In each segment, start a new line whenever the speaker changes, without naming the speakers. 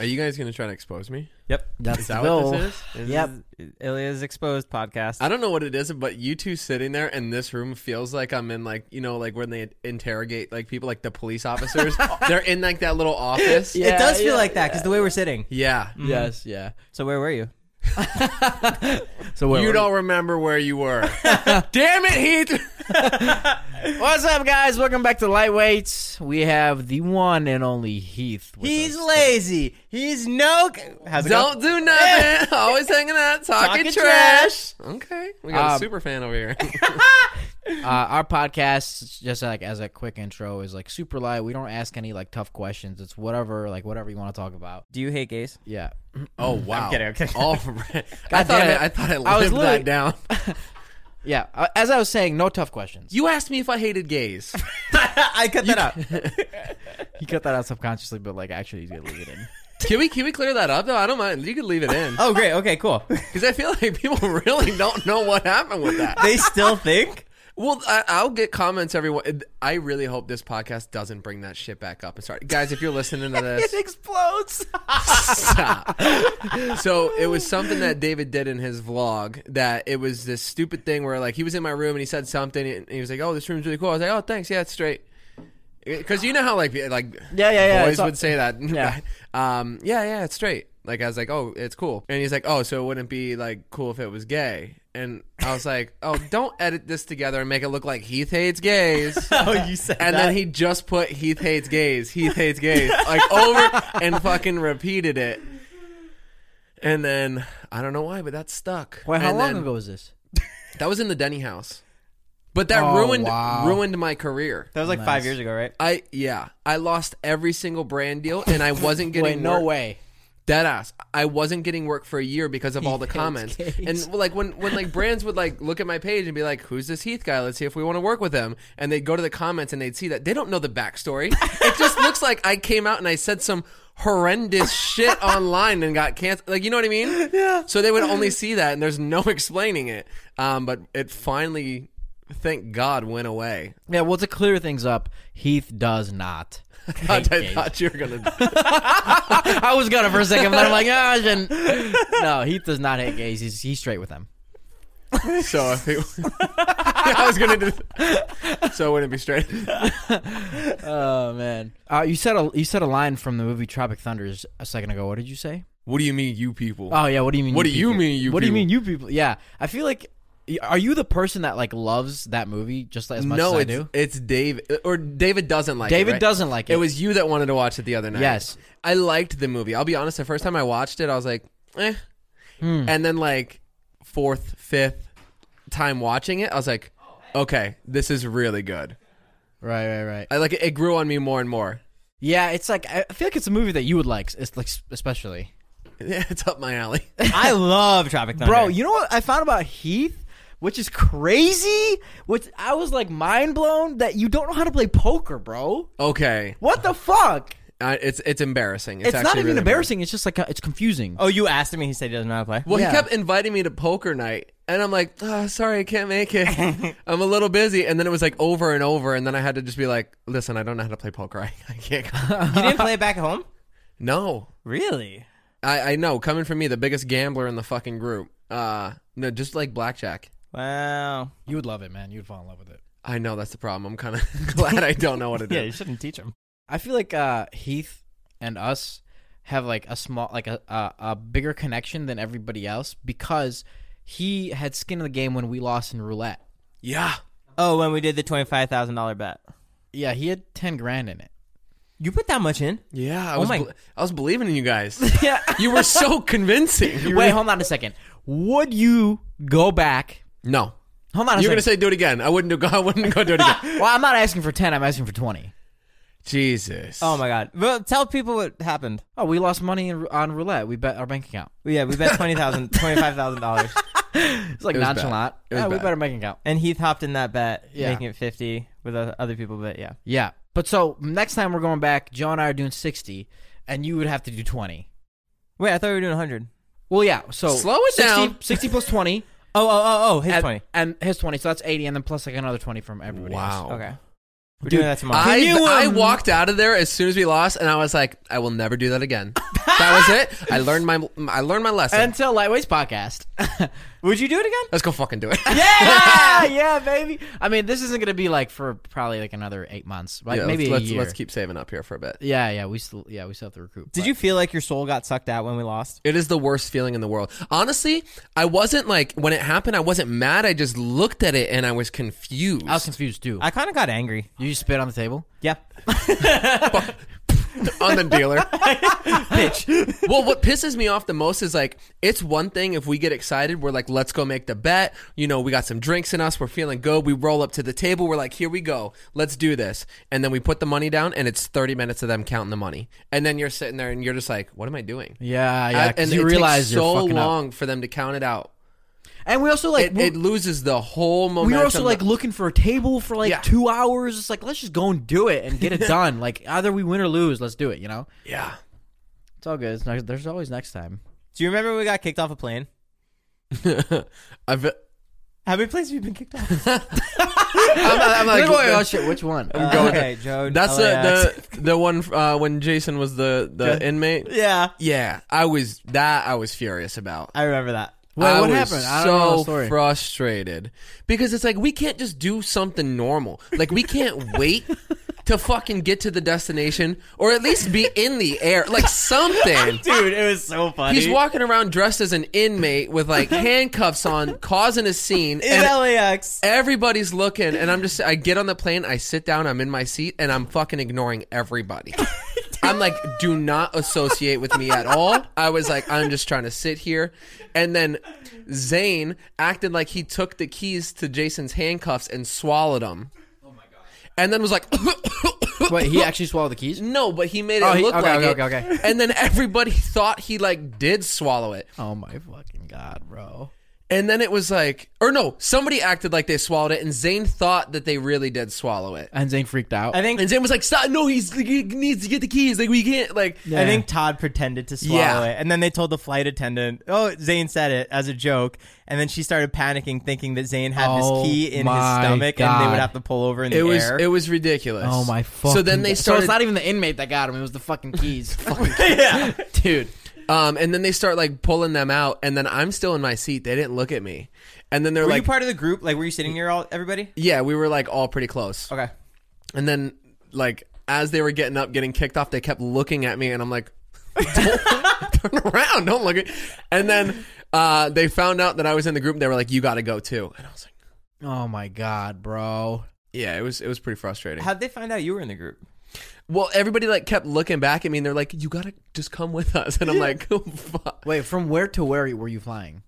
Are you guys gonna try to expose me?
Yep.
That's
Is that
the
what
goal.
this is? Is
Yep.
this-
Ilya's exposed podcast.
I don't know what it is, but you two sitting there in this room feels like I'm in like you know like when they interrogate like people like the police officers. They're in like that little office.
Yeah,
it does feel
yeah,
like that because the way we're sitting.
Yeah.
Mm-hmm.
Yes, yeah.
So where were you?
So where
you
were-
don't remember where you were. Damn it, Heath.
What's up, guys? Welcome back to Lightweights. We have the one and only Heath. With
He's
us.
lazy. He's no. How's it
Don't do nothing. Always hanging out, talking
Talking
trash. Okay, we got a
Um,
super fan over here.
uh, our podcast. Just like as a quick intro, is like super light. We don't ask any like tough questions. It's whatever, like whatever you want to talk about.
Do you hate gays?
Yeah.
oh wow.
kidding, I'm kidding.
All right. I thought
damn it.
I, I thought I
was
lived
literally-
that down.
Yeah. Uh, As I was saying, no tough questions.
You asked me if I hated gays.
I cut that out.
He cut that out subconsciously, but like actually, he's gonna leave it in.
can we can we clear that up though? I don't mind. You could leave it in.
Oh great. Okay. Cool.
Because I feel like people really don't know what happened with that.
they still think.
well, I, I'll get comments. Everyone, I really hope this podcast doesn't bring that shit back up. And sorry, guys, if you're listening to this,
explodes.
stop. so it was something that David did in his vlog. That it was this stupid thing where like he was in my room and he said something and he was like, "Oh, this room's really cool." I was like, "Oh, thanks. Yeah, it's straight." Because you know how like like
Yeah, yeah, yeah,
boys
it's all-
would say that.
Yeah.
um. Yeah, yeah, it's straight. Like I was like, "Oh, it's cool," and he's like, "Oh, so it wouldn't be like cool if it was gay." And I was like, "Oh, don't edit this together and make it look like Heath hates gays."
Oh, you said
And
that.
then he just put Heath hates gays, Heath hates gays, like over and fucking repeated it. And then I don't know why, but that stuck.
Wait, how
And
long
then-
ago was this?
That was in the Denny house. But that
Oh,
ruined
wow.
ruined my career.
that was like
Nice.
five years ago, right?
I yeah, I lost every single brand deal, and I wasn't getting
Wait, no
work.
way.
Dead ass. I wasn't getting work for a year because of all the
hates
comments.
gays.
And well, like when when like brands would like look at my page and be like, "Who's this Heath guy? Let's see if we want to work with him." And they'd go to the comments and they'd see that they don't know the backstory. it just looks like I came out and I said some horrendous shit online and got canceled. Like you know what I mean? Yeah. So they would only see that, and there's no explaining it. Um, but it finally, thank God, went away.
Yeah, well, to clear things up, Heath does not.
I
hate gays.
thought you were gonna.
I was gonna for a second, but I'm like, ah, I shouldn't. No, Heath does not hate gays. He's, he's straight with them.
so if it, I was gonna do. So wouldn't it be straight.
Oh man, uh, you said a you said a line from the movie Tropic Thunders a second ago. What did you say?
What do you mean, you people?
Oh yeah, what do you mean?
What do you
people?
mean, you
What do
people?
you mean, you people? Yeah, I feel like are you the person that like loves that movie just as much
no,
as I
it's,
do?
it's David. Or David doesn't like it.
David
right?
doesn't like it.
It was you that wanted to watch it the other night.
Yes.
I liked the movie. I'll be honest, the first time I watched it, I was like, eh.
Hmm.
And then, like, fourth, fifth time watching it, I was like, okay, this is really good.
right, right, right.
I like it, it grew on me more and more.
Yeah, it's like I I feel like it's a movie that you would like. It's like especially.
Yeah, it's up my alley.
I love Tropic Thunder,
Bro, you know what I found about Heath, which is crazy. Which I was like mind blown that you don't know how to play poker, bro.
Okay,
What the fuck?
uh, it's it's embarrassing. It's,
It's, not
actually
even
really
embarrassing. It's just like uh, it's confusing.
oh, you asked him, and he said he doesn't know how to play.
Well,
Yeah.
he kept inviting me to poker night, and I'm like, oh, sorry, I can't make it. I'm a little busy. And then it was like over and over, and then I had to just be like, listen, I don't know how to play poker. I, I can't. come."
you didn't play it back at home.
no,
Really?
I, I know. Coming from me, the biggest gambler in the fucking group. Uh, no, just like blackjack.
Wow.
You would love it, man. You would fall in love with it.
I know that's the problem. I'm kind of glad I don't know what it is.
Yeah, you shouldn't teach him.
I feel like uh, Heath and us have like a small, like a, a a bigger connection than everybody else because he had skin in the game when we lost in roulette.
Yeah.
Oh, when we did the twenty-five thousand dollar bet,
Yeah, he had ten grand in it.
you put that much in?
Yeah, I was,
Oh my-
bel- I was believing in you guys.
Yeah.
you were so convincing. You
Wait,
really-
hold on a second. Would you go back?
no,
Hold on. A
you're gonna
second.
say do it again. I wouldn't do. I wouldn't go do it again.
Well, I'm not asking for ten. I'm asking for twenty.
Jesus.
Oh my god. Well, tell people what happened.
Oh, we lost money in, on roulette. We bet our bank account.
Well, Yeah, we bet twenty thousand, twenty-five thousand dollars,
It's like
It was bad.
nonchalant.
It was
yeah, we
bad.
bet our bank account.
and Heath hopped in that bet,
Yeah.
making it fifty with uh, other people. But yeah,
Yeah. But so next time we're going back, Joe and I are doing sixty, and you would have to do twenty.
wait, I thought we were doing hundred.
Well, yeah. So
Slow it
60
down.
Sixty plus twenty,
Oh, oh, oh, oh, his
and,
twenty.
and his twenty, so that's eighty, and then plus like another twenty from everybody. else.
Wow.
Okay, we're
Dude,
doing that tomorrow.
I,
Can you,
Oh. I
um,
walked out of there as soon as we lost, and I was like, I will never do that again. that was it. I learned my I learned my lesson.
Until Lightweight's podcast.
Would you do it again?
Let's go fucking do it.
yeah, Ah, yeah, baby. I mean, this isn't gonna be like for probably like another eight months, like
Yeah,
maybe
let's,
a
let's,
year.
let's keep saving up here for a bit.
yeah, yeah, we still, yeah, we still have to recruit.
Did
but-
you feel like your soul got sucked out when we lost?
It is the worst feeling in the world. Honestly, I wasn't like when it happened. I wasn't mad. I just looked at it and I was confused.
I was confused too.
I kind of got angry.
you just spit on the table.
Yeah,
on the dealer.
bitch.
well, what pisses me off the most is like it's one thing if we get excited, we're like, let's go make the bet. You know, we got some drinks in us, we're feeling good. We roll up to the table, we're like, here we go, let's do this. And then we put the money down, and it's thirty minutes of them counting the money, and then you're sitting there and you're just like, what am I doing?
Yeah,
I-
yeah.
and
Because you
it
realize
takes
you're
so
fucking up.
long for them to count it out.
And we also like
It,
we-
it loses the whole momentum.
we were also like looking for a table for like
Oh, Yeah.
two hours. It's like let's just go and do it and get it done. Like either we win or lose, let's do it. You know,
yeah.
it's all good. It's next, there's always next time.
Do you remember when we got kicked off a plane?
I've, I'm,
How many planes have you been kicked off?
I'm like,
Wait, wait, oh shit, which one?
Uh,
going-
okay, Joe.
that's
LAX.
the, the the one uh, when Jason was the the inmate.
yeah.
Yeah, I was that I was furious about.
I remember that.
Wait,
I
what
was
happened?
So
I don't know the story.
frustrated because it's like we can't just do something normal. Like we can't wait to fucking get to the destination or at least be in the air, like something.
Dude, it was so funny.
He's walking around dressed as an inmate with like handcuffs on, causing a scene.
in
and
LAX.
Everybody's looking, and I'm just. I get on the plane, I sit down, I'm in my seat, and I'm fucking ignoring everybody. I'm like, do not associate with me at all. I was like, I'm just trying to sit here. And then Zane acted like he took the keys to Jason's handcuffs and swallowed them. And then was like,
Wait, he actually swallowed the keys.
no, but he made it
Oh, he-
look
okay,
like
okay,
it.
okay, okay.
And then everybody thought he like did swallow it.
Oh my fucking god, bro!
And then it was like, or no, somebody acted like they swallowed it, and Zane thought that they really did swallow it.
And Zane freaked out.
I think
And Zane was like, Stop, "No, he's he needs to get the keys. Like we can't like."
I think Todd pretended to swallow
Yeah.
it, and then they told the flight attendant, "Oh, Zane said it as a joke," and then she started panicking, thinking that Zane had
Oh
this key in his
my
stomach, and they would
God.
have to pull over in the
It was
air.
it was ridiculous.
Oh my fucking.
So then they
God. So
started,
it's not even the inmate that got him. It was the fucking keys. fucking
yeah,
dude.
um, and then they start like pulling them out, and then I'm still in my seat. They didn't look at me, and then they're
were
like,
you part of the group? Like, were you sitting here all everybody?
"Yeah, we were like all pretty close."
Okay,
And then like as they were getting up, getting kicked off, they kept looking at me, and I'm like, don't, "Turn around, don't look at." And then uh, they found out that I was in the group. And they were like, "You got to go too," and I was like,
Oh my god, bro.
"Yeah, it was it was pretty frustrating."
how'd they find out you were in the group?
Well, everybody like kept looking back at me, and they're like, "You gotta just come with us." And I'm like, oh, fuck.
Wait, from where to where were you flying?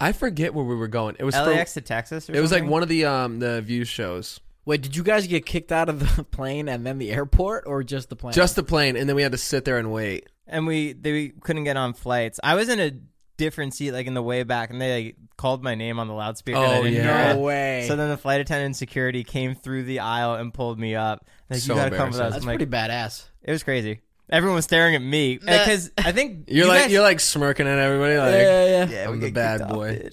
I forget where we were going. It was for,
LAX to Texas? Or
it was like
something?
one of the um the view shows,
Wait, did you guys get kicked out of the plane and then the airport, or just the plane?
just the plane, and then we had to sit there and wait.
and we they we couldn't get on flights. I was in a different seat, like in the way back, and they like, called my name on the loudspeaker. and I
Oh,
didn't
yeah.
hear it.
No way.
So then the flight attendant and security came through the aisle and pulled me up. Like,
So
you gotta come with
embarrassing.
us.
That's
I'm like,
pretty badass.
it was crazy. Everyone was staring at me because I think
You're
you
like
guys-
you're like smirking at everybody, like
yeah,
Yeah, we
I'm the
get
bad
kicked off,
boy.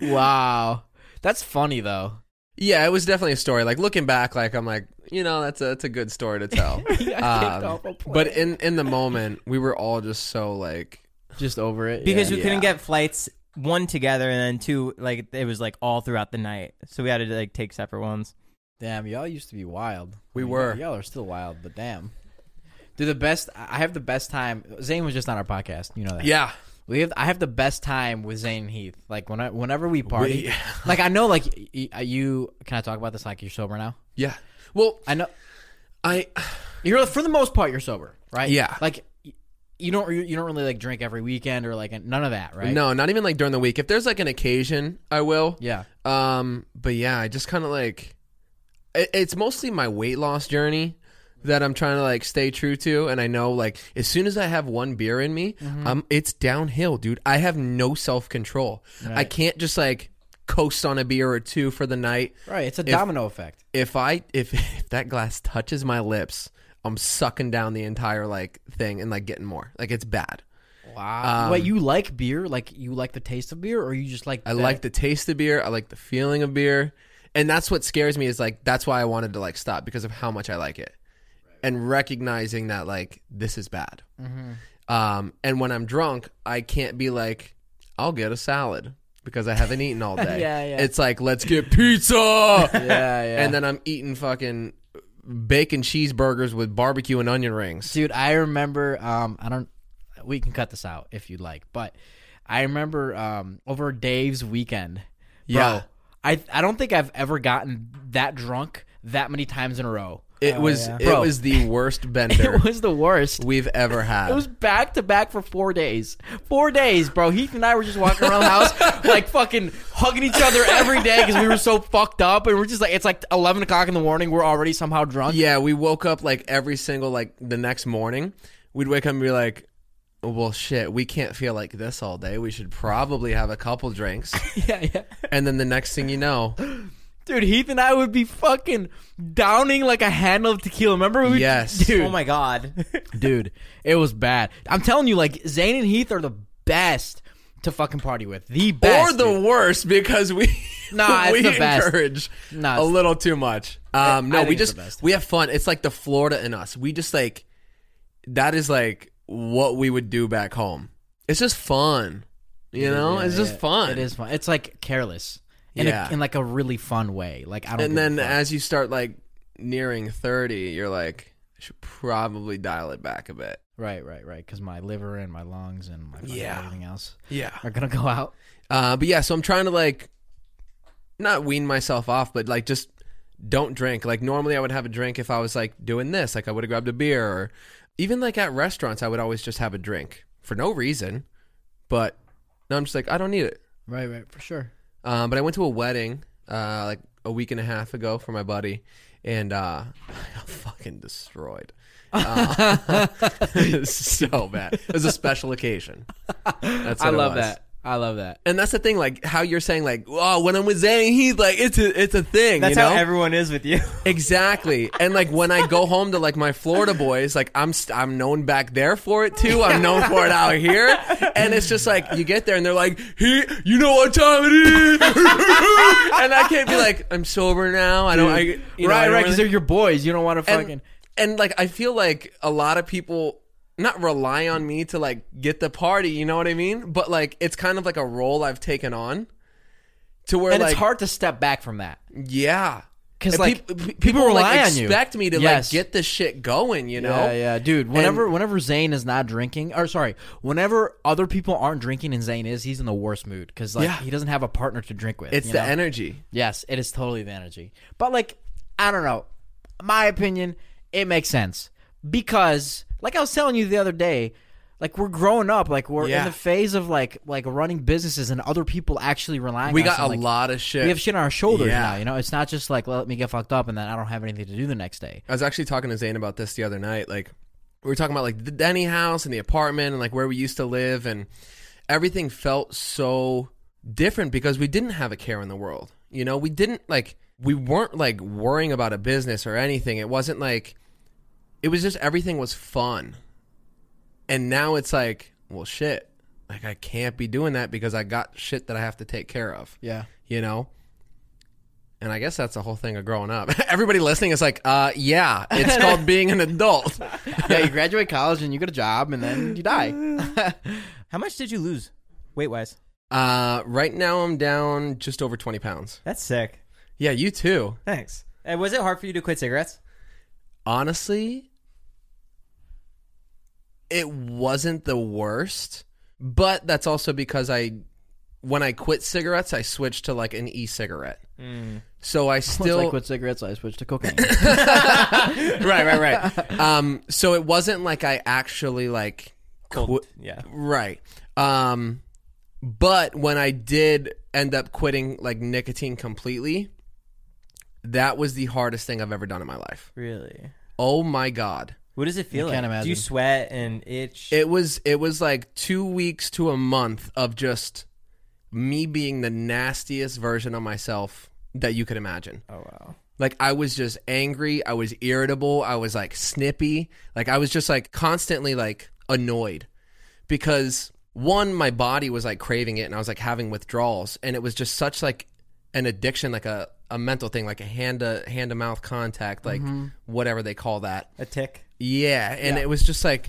bitch.
Wow, that's funny though.
Yeah, it was definitely a story. Like looking back, like I'm like, you know, that's a that's a good story to tell. Um, but in in the moment, we were all just so like,
Just over it
because
yeah.
we couldn't get flights one together and then two like it was like all throughout the night, so we had to like take separate ones.
damn, y'all used to be wild.
We were.
Y'all are still wild, but damn. Dude, the best. I have the best time. Zane was just on our podcast. You know that.
yeah,
We have. I have the best time with Zane and Heath. Like when I, whenever we party.
We-
like I know. Like y- y- you. Can I talk about this? Like you're sober now.
yeah. Well,
I know.
I
You're for the most part you're sober, right?
Yeah.
Like y- you don't you you don't really like drink every weekend or like none of that, right?
no, not even like during the week. If there's like an occasion, I will.
Yeah.
Um, but yeah, I just kind of like it, it's mostly my weight loss journey that I'm trying to like stay true to, and I know like as soon as I have one beer in me, um, it's downhill, dude. I have no self control. I can't just like coast on a beer or two for the night.
Right, it's a domino effect.
If I if, if that glass touches my lips, I'm sucking down the entire like thing and like getting more. Like it's bad.
Wow. Wait, you like beer? Like you like the taste of beer, or you just like?
um, I like the taste of beer. I like the feeling of beer, and that's what scares me. Is like that's why I wanted to like stop because of how much I like it, and recognizing that like this is bad.
Mm-hmm.
Um, and when I'm drunk, I can't be like, I'll get a salad because I haven't eaten all day.
Yeah, yeah.
It's like let's get pizza,
Yeah, yeah.
and then I'm eating fucking bacon cheeseburgers with barbecue and onion rings.
dude i remember um i don't we can cut this out if you'd like but i remember um over dave's weekend bro,
Yeah.
i i don't think i've ever gotten that drunk that many times in a row
It was it
Bro.
was the worst bender
Oh, it was the worst
we've ever had.
it was back to back for four days. Four days, bro. Heath and I were just walking around the house, like fucking hugging each other every day because we were so fucked up. And we're just like, it's like 11 o'clock in the morning. We're already somehow drunk.
Yeah, we woke up like every single like the next morning. We'd wake up and be like, "Well, shit, we can't feel like this all day. We should probably have a couple drinks."
yeah, yeah.
and then the next thing you know,
Dude, Heath and I would be fucking downing like a handle of tequila. Remember? We,
Yes.
Dude,
Oh my god.
dude, it was bad. I'm telling you, like, Zane and Heath are the best to fucking party with. The
or
best.
the
dude.
worst because we
Nah, it's
we
the best.
encourage
Nah,
a
it's-
little too much. Um, no,
I
we
think it's
just
the best.
we have fun. It's like the Florida in us. We just like that is like what we would do back home. It's just fun, you know. it's just fun.
It is fun. It's like careless. In,
Yeah.
a, in like a really fun way. Like, I don't
and
give a
then
fuck.
as you start like nearing 30 you're like I should probably dial it back a bit
Right, right, right. Because my liver and my lungs and my fucking
Yeah.
everything else
yeah
are gonna go out.
uh, but yeah so i'm trying to like not wean myself off but like just don't drink like normally i would have a drink if i was like doing this like i would have grabbed a beer or even like at restaurants i would always just have a drink for no reason but now i'm just like i don't need it
Right, right, for sure.
Um, but I went to a wedding uh, like a week and a half ago for my buddy, and uh, I got fucking destroyed. Uh, so bad. It was a special occasion. That's
I
what it
love
was.
that. I love that.
And that's the thing, like how you're saying, like, oh, when I'm with Zane, he's like, it's a, it's a thing,
That's
you know?
how everyone is with you.
exactly. And like when I go home to like my Florida boys, like I'm st- I'm known back there for it too. I'm known for it out here, and it's just like you get there and they're like, he, you know what time it is, and I can't be like, I'm sober now. I don't, I, you know, I don't
right, right.
really-
Because they're your boys. You don't want to
and,
fucking.
and like I feel like a lot of people not rely on me to like get the party, you know what I mean? But like it's kind of like a role I've taken on to where
and
like
it's hard to step back from that.
yeah.
'Cause,
And
like,
peop- pe-
people rely
like,
on you.
expect me to
Yes.
like get this shit going, you know?
Yeah, yeah, dude. Whenever whenever Zane is not drinking, or sorry, whenever other people aren't drinking and Zane is, he's in the worst mood because like
Yeah.
he doesn't have a partner to drink with.
It's
you
the
know?
energy.
Yes, it is totally the energy. But like, I don't know. My opinion, it makes sense because, like I was telling you the other day, like we're growing up, like we're
Yeah.
in the phase of like like running businesses and other people actually relying.
We
on us
got
and,
a
like,
lot of shit.
We have shit on our shoulders
Yeah.
now. You know, it's not just like let me get fucked up and then I don't have anything to do the next day.
I was actually talking to Zane about this the other night. Like, we were talking about like the Denny house and the apartment and like where we used to live, and everything felt so different because we didn't have a care in the world. You know, we didn't like, we weren't like worrying about a business or anything. It wasn't like, it was just everything was fun. And now it's like, well, shit. Like, I can't be doing that because I got shit that I have to take care of.
Yeah.
you know and i guess that's the whole thing of growing up everybody listening is like uh yeah it's called being an adult
yeah, you graduate college and you get a job and then you die.
How much did you lose? Weight wise.
uh right now i'm down just over 20 pounds
That's sick.
yeah you too
Thanks. Uh, was it hard for you to quit cigarettes?
honestly it wasn't the worst but that's also because i when i quit cigarettes i switched to like an e-cigarette so i
Still,
still
Mm. like with cigarettes, I switched to cocaine.
right right right um so it wasn't like i actually like quit-
Yeah.
Right. Um but when I did end up quitting like nicotine completely, that was the hardest thing I've ever done in my life.
Really?
Oh my god.
What does it feel like?
can't
Do
imagine.
you sweat and itch?
It was it was like 2 weeks to a month of just me being the nastiest version of myself that you could imagine.
oh wow.
Like I was just angry, I was irritable, I was like snippy, like I was just like constantly like annoyed because one my body was like craving it and I was like having withdrawals and it was just such like an addiction like a a mental thing like a hand to hand to mouth contact like whatever they call that.
A tick.
Yeah, and it was just like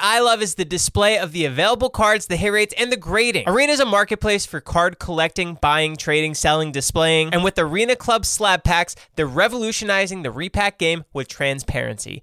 I love is the display of the available cards, the hit rates, and the grading. Arena is a marketplace for card collecting, buying, trading, selling, displaying, and with Arena Club slab packs, they're revolutionizing the repack game with transparency.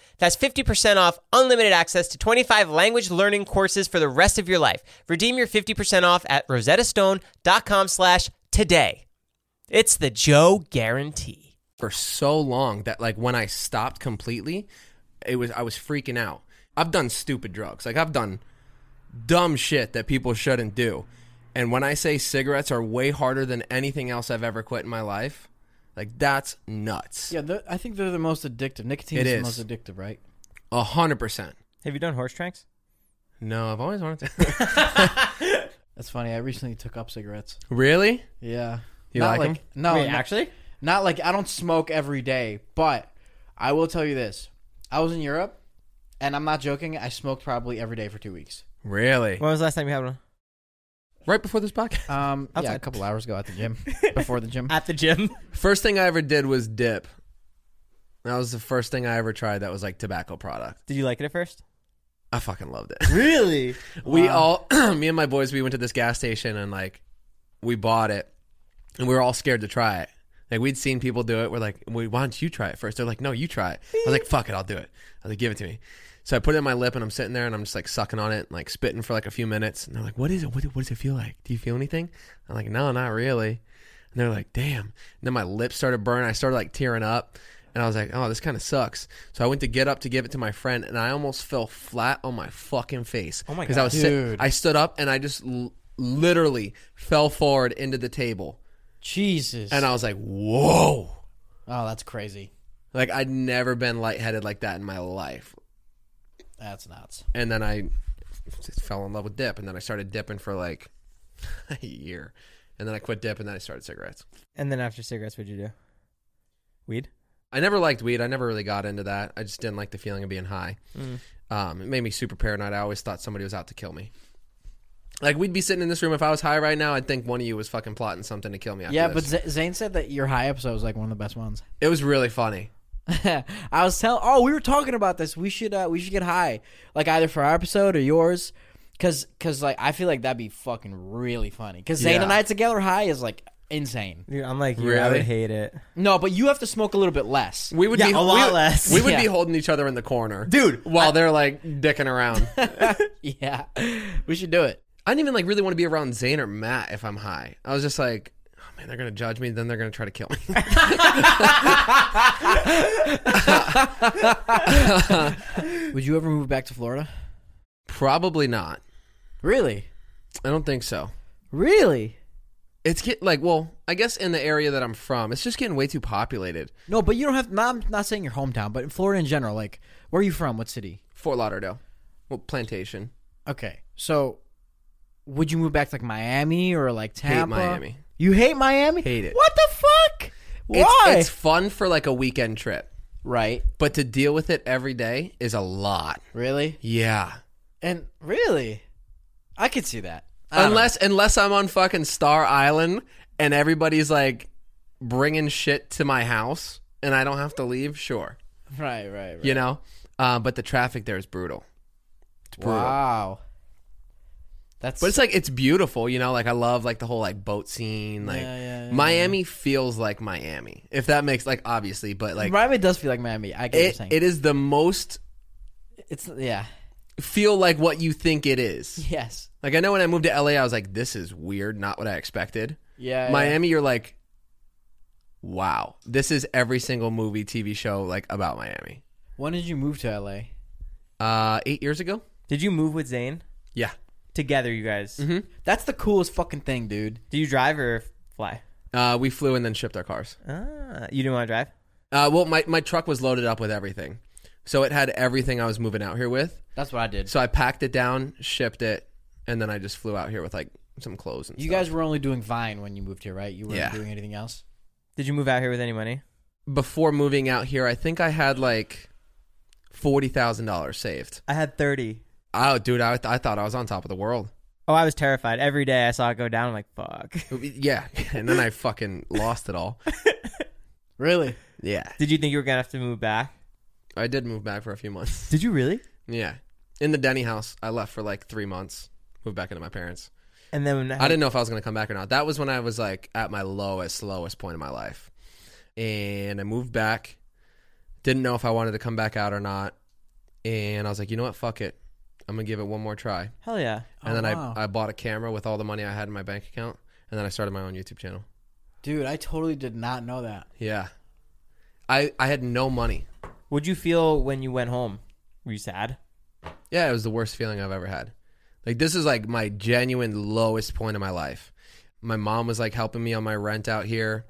That's 50% off unlimited access to 25 language learning courses for the rest of your life. Redeem your 50% off at rosettastone.com slash today. It's the Joe guarantee.
for so long that like when I stopped completely, it was I was freaking out. I've done stupid drugs. Like I've done dumb shit that people shouldn't do. And when I say cigarettes are way harder than anything else I've ever quit in my life, like that's nuts.
Yeah, they're- I think they're the most addictive. Nicotine
It
is,
is.
the most addictive, right?
A hundred percent.
Have you done horse tranks?
No, I've always wanted to.
That's funny. I recently took up cigarettes.
really?
Yeah.
You
not
like 'em?
No,
Wait,
no-
actually?
Not like I don't smoke every day, but I will tell you this. I was in Europe and I'm not joking, I smoked probably every day for 2 weeks.
Really?
When was the last time you had one?
Right before this podcast.
Um
That's
yeah,
a-
a couple hours ago at the gym, before the gym.
At the gym.
First thing I ever did was dip. That was the first thing I ever tried that was like tobacco product.
Did you like it at first?
I fucking loved it.
Really?
we
Wow.
all me and my boys we went to this gas station and like we bought it and we were all scared to try it like we'd seen people do it we're like "Wait, why don't you try it first they're like no you try it i was like fuck it i'll do it i was like give it to me so i put it in my lip and i'm sitting there and i'm just like sucking on it and like spitting for like a few minutes and they're like what is it what, what does it feel like do you feel anything i'm like no not really and they're like, damn. And then my lips started burning. I started like tearing up. And I was like, oh, this kind of sucks. So I went to get up to give it to my friend, and I almost fell flat on my fucking face. Oh
my
Because I was sit-
Dude.
I stood up and I just l- literally fell forward into the table,
Jesus.
and uh, I was like, whoa.
oh, that's crazy.
Like I'd never been lightheaded like that in my life.
That's nuts.
And then I just fell in love with dip, and then I started dipping for like a year, and then I quit dip, and then I started cigarettes.
And then after cigarettes, what'd you do? Weed?
Hmm.
I never liked weed. I never really got into that. I just didn't like the feeling of being high. Um, it made me super paranoid. I always thought somebody was out to kill me. Like we'd be sitting in this room if I was high right now, I'd think one of you was fucking plotting something to kill me. After
Yeah, but
this.
Z- Zane said that your high episode was like one of the best ones.
it was really funny.
I was telling. Oh, we were talking about this. We should uh, we should get high, like either for our episode or yours, because cause, like I feel like that'd be fucking really funny. Because Zane
Yeah.
and I together high is like insane.
Dude, I'm like, you, I would
Really?
hate it.
No, but you have to smoke a little bit less.
We would
Yeah,
be
a lot
we,
less.
We would
Yeah.
be holding each other in the corner,
Dude,
while they're like dicking around. I
Yeah, we should do it.
didn't even like really want to be around Zane or Matt if I'm high. I was just like, oh man, they're gonna judge me, then they're gonna try to kill me.
Would you ever move back to Florida?
Probably not.
Really,
I don't think so.
really?
It's get like well, I guess in the area that I'm from, it's just getting way too populated.
No, but you don't have. Not, I'm not saying your hometown, but in Florida in general. Like, where are you from? What city?
Fort Lauderdale, well, Plantation,
Okay, so would you move back to like Miami or like Tampa?
Miami.
You hate Miami?
Hate it.
What the fuck?
It's-
Why?
it's fun for like a weekend trip,
right.
but to deal with it every day is a lot.
Really?
Yeah.
And really, I could see that. I don't
unless unless I'm on fucking Star Island and everybody's like bringing shit to my house and I don't have to leave, sure,
know. right, right, right.
you know. Uh, but the traffic there is brutal. It's brutal.
wow, that's
But it's like it's beautiful, you know. Like I love like the whole like boat scene. Like
Yeah, yeah, yeah,
Miami feels like Miami, if that makes like obviously, but like
Miami does feel like Miami. I get what you're
it,
saying.
it is the most
it's yeah,
feel like what you think it is.
yes,
Like I know when I moved to LA, I was like, this is weird, not what I expected.
yeah. yeah.
Miami, you're like, wow, this is every single movie, TV show like about Miami.
When did you move to LA?
Uh, eight years ago.
Did you move with Zane?
Yeah.
Together, you guys.
Mm-hmm.
That's the coolest fucking thing, dude.
Do you drive or fly?
Uh, we flew and then shipped our cars.
Ah, you didn't want to drive?
Uh, well, my, my truck was loaded up with everything, so it had everything I was moving out here with.
That's what I did.
So I packed it down, shipped it, and then I just flew out here with like some clothes and
you
stuff.
guys were only doing Vine when you moved here, right? You weren't
Yeah.
doing anything else.
Did you move out here with any money?
Before moving out here, I think I had like forty thousand dollars saved.
I had 30.
Oh, dude, I, I thought I was on top of the world.
Oh, I was terrified. Every day I saw it go down. I'm like, fuck.
Yeah, and then I fucking lost it all.
Really?
Yeah.
Did you think you were going to have to move back?
I did move back for a few months.
Did you really?
Yeah. In the Denny house, I left for like three months, moved back into my parents.
And then
I didn't know if I was going to come back or not. That was when I was like at my lowest, lowest point in my life. And I moved back, didn't know if I wanted to come back out or not. And I was like, you know what? Fuck it. I'm going to give it one more try.
Hell yeah.
And
Oh,
then
wow.
I, I bought a camera with all the money I had in my bank account. And then I started my own YouTube channel.
Dude, I totally did not know that.
Yeah. I, I had no money.
What'd you feel when you went home? Were you sad?
Yeah, it was the worst feeling I've ever had. Like this is like my genuine lowest point of my life. My mom was like helping me on my rent out here.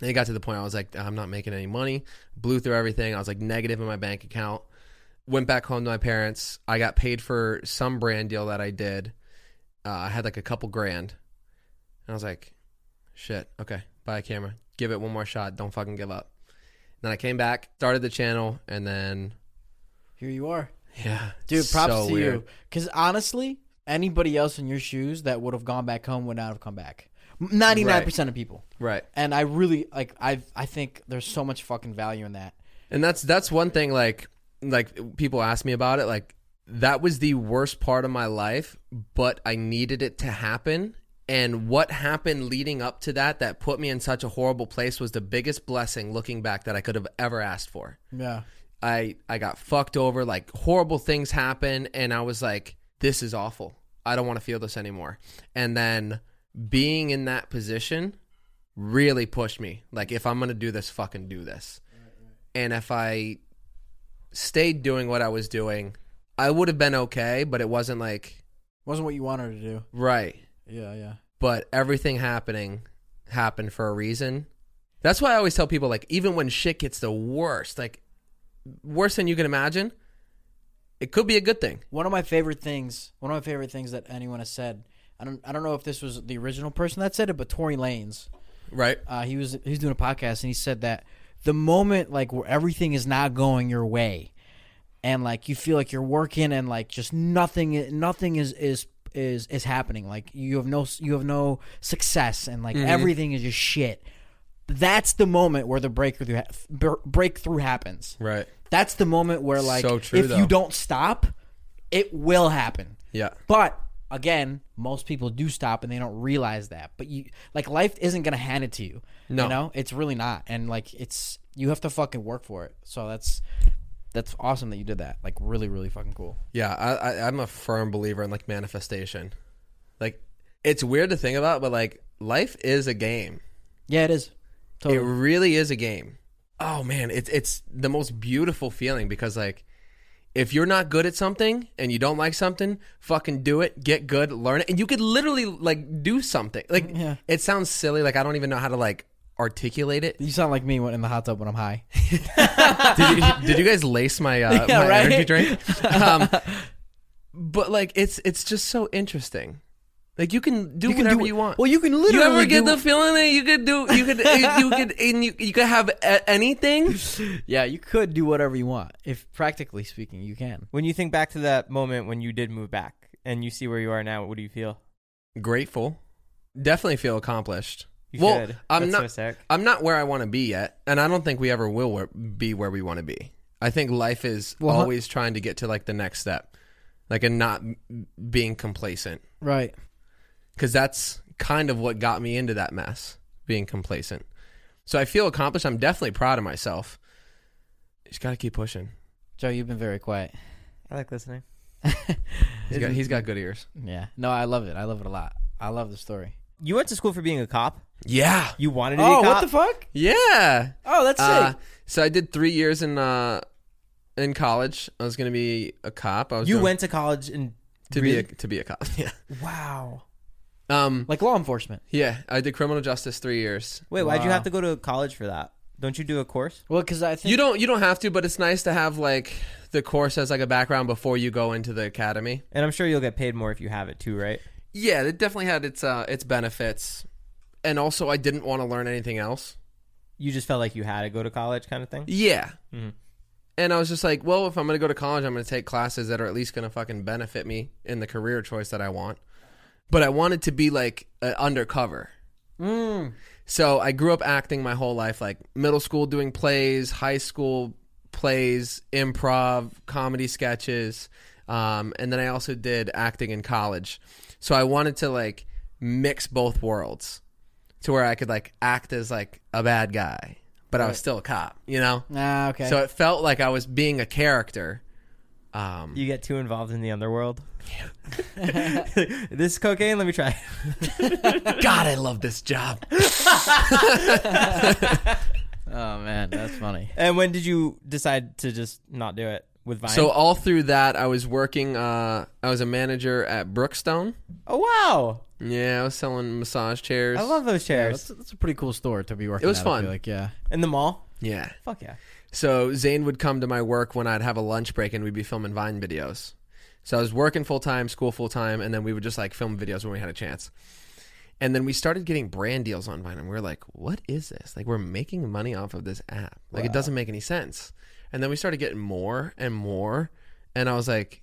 And it got to the point I was like, I'm not making any money. Blew through everything. I was like negative in my bank account. Went back home to my parents. I got paid for some brand deal that I did. Uh, I had like a couple grand. And I was like, shit, okay, buy a camera. Give it one more shot. Don't fucking give up. then I came back, started the channel, and then,
Here you are.
yeah.
Dude,
it's
props
so
to
weird.
you. Because honestly, anybody else in your shoes that would have gone back home would not have come back. Ninety nine percent of people.
Right.
And I really like. I I think there's so much fucking value in that.
And that's that's one thing like like people ask me about it like that was the worst part of my life but I needed it to happen and what happened leading up to that that put me in such a horrible place was the biggest blessing looking back that I could have ever asked for.
Yeah.
I I got fucked over, like horrible things happen and I was like this is awful. I don't want to feel this anymore. And then being in that position really pushed me. Like if I'm going to do this, fucking do this. And if I stayed doing what I was doing, I would have been okay, but it wasn't like
Wasn't what you wanted to do.
right.
Yeah, yeah.
But everything happening happened for a reason. That's why I always tell people like even when shit gets the worst, like worse than you can imagine, it could be a good thing.
One of my favorite things. One of my favorite things that anyone has said. I don't. I don't know if this was the original person that said it, but Tory Lanez.
Right?
Uh, he was. He was doing a podcast, and he said that the moment like where everything is not going your way, and like you feel like you're working and like just nothing nothing is is is is happening like you have no you have no success and like everything is just shit that's the moment where the breakthrough ha- br- breakthrough happens
Right.
that's the moment where like
So true,
if
though.
you don't stop it will happen
Yeah.
but again most people do stop and they don't realize that but you like life isn't gonna hand it to you
No.
you know it's really not and like it's you have to fucking work for it so that's that's awesome that you did that like really really fucking cool
Yeah, I, I, I'm a firm believer in like manifestation. Like, it's weird to think about, but like, life is a game.
yeah it is
It
totally
really is a game. Oh man, it's it's the most beautiful feeling because like, if you're not good at something and you don't like something, fucking do it, get good, learn it, and you could literally like do something. Like, it sounds silly. Like I don't even know how to like articulate it.
you sound like me when in the hot tub when i'm high
did, you, did you guys lace my uh, my
right?
energy drink? Um, but like, it's it's just so interesting. Like you can do whatever you want.
well you can literally
you ever get
do-
the feeling that you could do you could you, you could and you, you could have a- anything?
yeah you could do whatever you want if practically speaking you can
When you think back to that moment when you did move back and you see where you are now, what do you feel?
Grateful, definitely feel accomplished.
You
well,
should.
I'm
That's
not.
so sick.
I'm not where I want to be yet, and I don't think we ever will where, be where we want to be. I think life is
Well, huh-
always trying to get to like the next step, like and not being complacent.
right
because that's kind of what got me into that mess being complacent so i feel accomplished i'm definitely proud of myself just gotta keep pushing
joe you've been very quiet
I like listening.
he's got, he's got good ears
yeah no i love it i love it a lot i love the story
You went to school for being a cop.
yeah
You wanted to be a cop.
fuck
yeah
oh that's
uh, so i did three years in uh in college i was gonna be a cop i was
you
doing-
went to college and
to
really?
be a, to be a cop yeah
wow
um
like law enforcement
yeah i did criminal justice three years
wait. Why'd you
Wow.
have to go to college for that? Don't you do a course?
well because i think
you don't you don't have to but it's nice to have like the course as like a background before you go into the academy
And I'm sure you'll get paid more if you have it too, right?
Yeah, it definitely had its uh, its benefits, and also I didn't want to learn anything else.
You just felt like you had to go to college, kind of thing.
Yeah, and I was just like, well, if I'm gonna go to college, I'm gonna take classes that are at least gonna fucking benefit me in the career choice that I want. But I wanted to be like uh, undercover. So I grew up acting my whole life, like middle school doing plays, high school plays, improv, comedy sketches, um, and then I also did acting in college. So I wanted to like mix both worlds to where I could like act as like a bad guy, but I was still a cop, you know.
ah okay
So it felt like I was being a character. Um,
You get too involved in the underworld. this is cocaine. Let me try.
God, I love this job.
Oh man, that's funny.
And when did you decide to just not do it with Vine?
So all through that, I was working. Uh, I was a manager at Brookstone.
oh wow,
Yeah, I was selling massage chairs.
I love those
That's,
chairs.
that's a pretty cool store to be working.
It was
at, I
fun.
feel like yeah,
in the mall.
Yeah.
Fuck yeah.
So Zane would come to my work when I'd have a lunch break and we'd be filming Vine videos. So I was working full time, school full time, and then we would just like film videos when we had a chance. And then we started getting brand deals on Vine and we were like, what is this? Like, we're making money off of this app. Like, it doesn't make any sense. And then we started getting more and more. And I was like,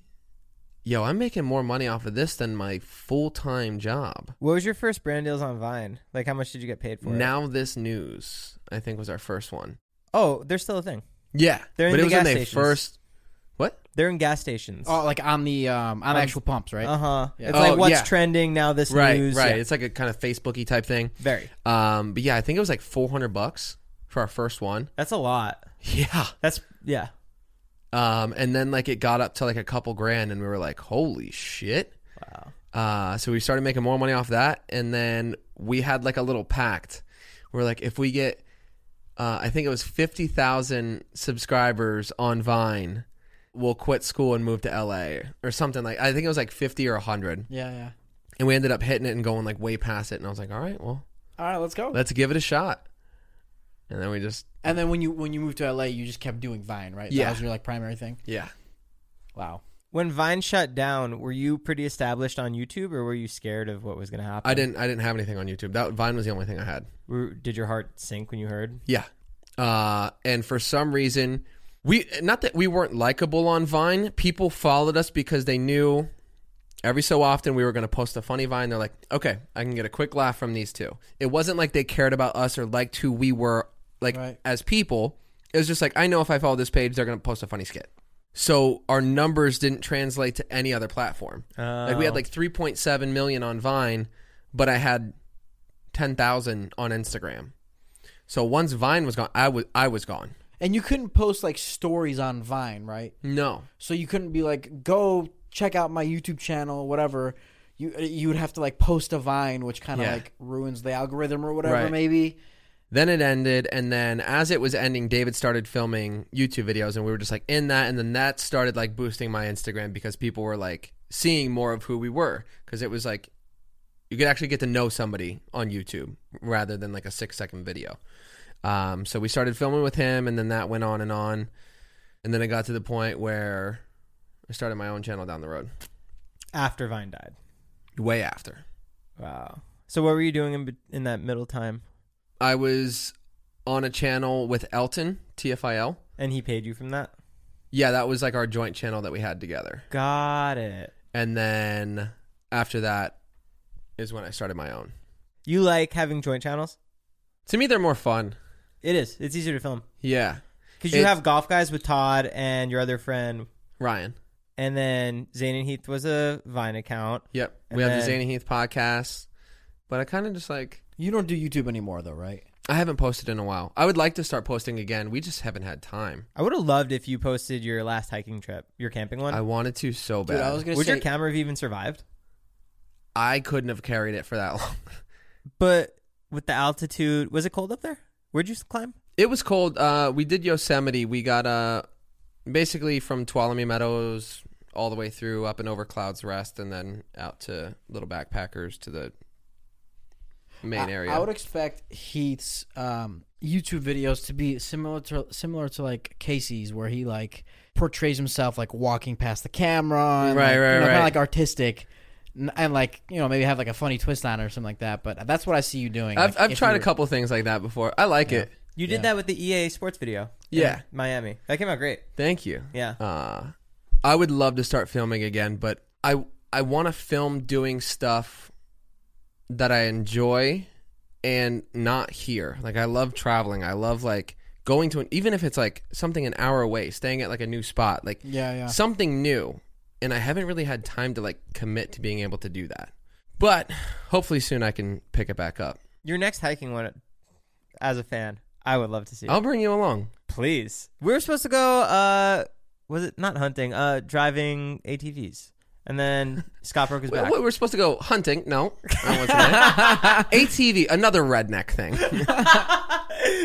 yo, I'm making more money off of this than my full time job.
What was your first brand deals on Vine? Like, how much did you get paid for? it?
Now, this news, I think, was our first one.
Oh, they're still a thing.
Yeah.
They're in
but
the
it was
gas
when they
stations.
first. What?
They're in gas stations.
oh, like on the um, on actual pumps, right?
Uh huh.
Yeah.
It's
Oh,
like what's
yeah.
trending now. This
right
news.
right
Yeah.
it's like a kind of facebooky type thing
very.
um but yeah i think it was like 400 bucks for our first one
That's a lot.
yeah
That's yeah.
um and then like it got up to like a couple grand and we were like holy shit wow uh so we started making more money off that and then we had like a little pact we're like if we get uh, I think it was 50,000 subscribers on Vine will quit school and move to LA or something like I think it was like 50 or 100
Yeah, yeah.
and we ended up hitting it and going like way past it and I was like all right well
All right, let's go.
let's give it a shot. And then we just
And then when you when you moved to LA, you just kept doing Vine, right?
Yeah.
that was your like primary thing.
yeah.
Wow.
When Vine shut down, were you pretty established on YouTube, or were you scared of what was going to happen?
I didn't I didn't have anything on YouTube. That Vine was the only thing I had.
Were- did your heart sink when you heard?
Yeah. Uh, and for some reason, we not that we weren't likable on Vine. People followed us because they knew every so often we were going to post a funny Vine. They're like, okay, I can get a quick laugh from these two. It wasn't like they cared about us or liked who we were, like as people. It was just like I know if I follow this page, they're going to post a funny skit. So our numbers didn't translate to any other platform. Like we had like 3.7 million on Vine, but I had 10,000 on Instagram. So once Vine was gone, I was I was gone.
And you couldn't post like stories on Vine, right?
No.
So you couldn't be like, go check out my YouTube channel, whatever. You you would have to like post a Vine, which kind of
Yeah.
like ruins the algorithm or whatever,
Right.
maybe.
Then it ended, and then as it was ending, David started filming YouTube videos, and we were just like in that, and then that started like boosting my Instagram because people were like seeing more of who we were because it was like you could actually get to know somebody on YouTube rather than like a six second video. Um, so we started filming with him, and then that went on and on, and then it got to the point where I started my own channel down the road,
after Vine died.
way after.
Wow. So what were you doing in, be- in that middle time?
I was on a channel with Elton TFIL.
And he paid you from that?
Yeah, that was like our joint channel that we had together.
Got it.
And then after that is when I started my own.
You like having joint channels?
To me, they're more fun.
It is. It's easier to film
Yeah.
because you
It's-
have golf guys with Todd and your other friend,
Ryan.
and then Zane and Heath was a Vine account.
Yep.
And
we have the
then-
Zany Heath podcast. But I kind of just like,
You don't do YouTube anymore, though, right?
I haven't posted in a while. I would like to start posting again. We just haven't had time.
I would have loved if you posted your last hiking trip, your camping one.
I wanted to so bad.
Dude, I was gonna
Would
say
your camera have even survived?
I couldn't have carried it for that long.
But with the altitude, was it cold up there? Where'd you climb?
It was cold. Uh, we did Yosemite. We got uh, basically from Tuolumne Meadows all the way through up and over Clouds Rest, and then out to Little Backpackers to the main
I-
area.
I would expect Heath's um, YouTube videos to be similar to similar to like Casey's, where he like portrays himself like walking past the camera, and,
Right,
like,
right,
you know, kind
right.
of like artistic, n- and like you know maybe have like a funny twist on it or something like that. But that's what I see you doing.
I've,
Like,
I've
if
tried a
you're-
couple things like that before. I like it.
You did that with the EA Sports video. in
Yeah.
Miami. That came out great.
Thank you.
Yeah.
Uh, I would love to start filming again, but I I want to film doing stuff that I enjoy and not here. Like I love traveling. I love like going to an even if it's like something an hour away, staying at like a new spot, like
Yeah, yeah.
something new. And I haven't really had time to like commit to being able to do that. But hopefully soon I can pick it back up.
Your next hiking one, as a fan, I would love to see.
I'll bring you along.
please. Oh. We were supposed to go. uh Was it not hunting? Uh Driving ATVs, and then Scott broke his
Wait,
back.
What, we're supposed to go hunting? No, that wasn't it. ATV, another redneck thing.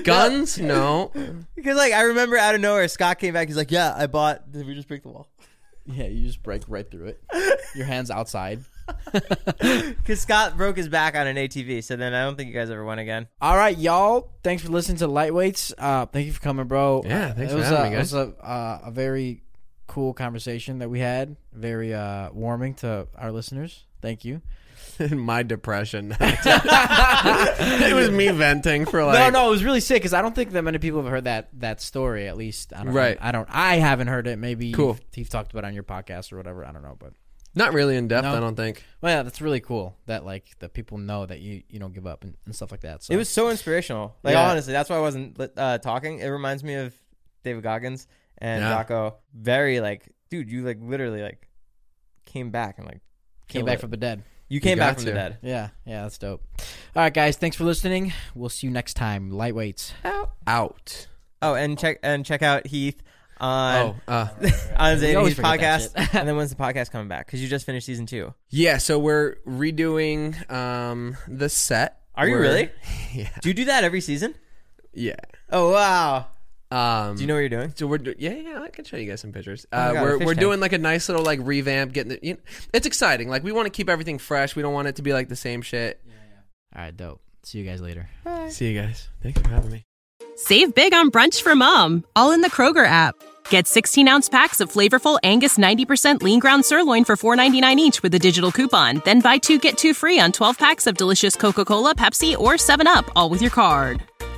Guns? No.
Because like I remember out of nowhere, Scott came back. He's like, "Yeah, I bought." Did we just break the wall?
Yeah, you just break right through it. Your hands outside.
Because Scott broke his back on an ATV. So then I don't think you guys ever won again.
All right, y'all. Thanks for listening to Lightweights. Uh, thank you for coming, bro.
Yeah,
Uh,
thanks
it
for
was
having
a,
me,
It
guys.
was a, uh, a very cool conversation that we had. Very uh, warming to our listeners. Thank you.
My depression. it was me venting for
No,
like.
no, it was really sick because I don't think that many people have heard that that story. At least, I don't
Right.
I don't. I haven't heard it. Maybe
Cool.
you've, you've talked about it on your podcast or whatever. I don't know, but
Not really in depth,
No.
I don't think.
well, yeah, that's really cool that like that people know that you you don't give up and, and stuff like that. So
It was so inspirational. Like
Yeah.
honestly, that's why I wasn't uh, talking. It reminds me of David Goggins and
Yeah.
Jocko. Very like, dude, you like literally like came back and like
came
killed
back
it.
from the dead.
you came back
got
from
to.
the dead.
Yeah, yeah, that's dope. All right, guys, thanks for listening. We'll see you next time. Lightweights.
Out.
Oh, and check and check out Heath on
Oh, uh,
on
We always
Zany's
forget that
podcast. and then when's the podcast coming back? Because you just finished season two.
yeah. So we're redoing um the set.
Are you
We're-
really?
Yeah.
Do you do that every season?
Yeah.
Oh wow!
Um,
Do you know what you're doing?
So we're do- yeah yeah I can show you guys some pictures.
Oh my
Uh,
God, a
we're
fish
we're
tank.
doing like a nice little like revamp. Getting the, you know, it's exciting. Like we want to keep everything fresh. We don't want it to be like the same shit.
All right, dope. See you guys later.
See you guys. Thanks for having me.
Save big on brunch for mom, all in the Kroger app. Get 16 ounce packs of flavorful Angus 90% lean ground sirloin for $4.99 each with a digital coupon. Then buy two get two free on 12 packs of delicious Coca Cola, Pepsi, or 7UP, all with your card.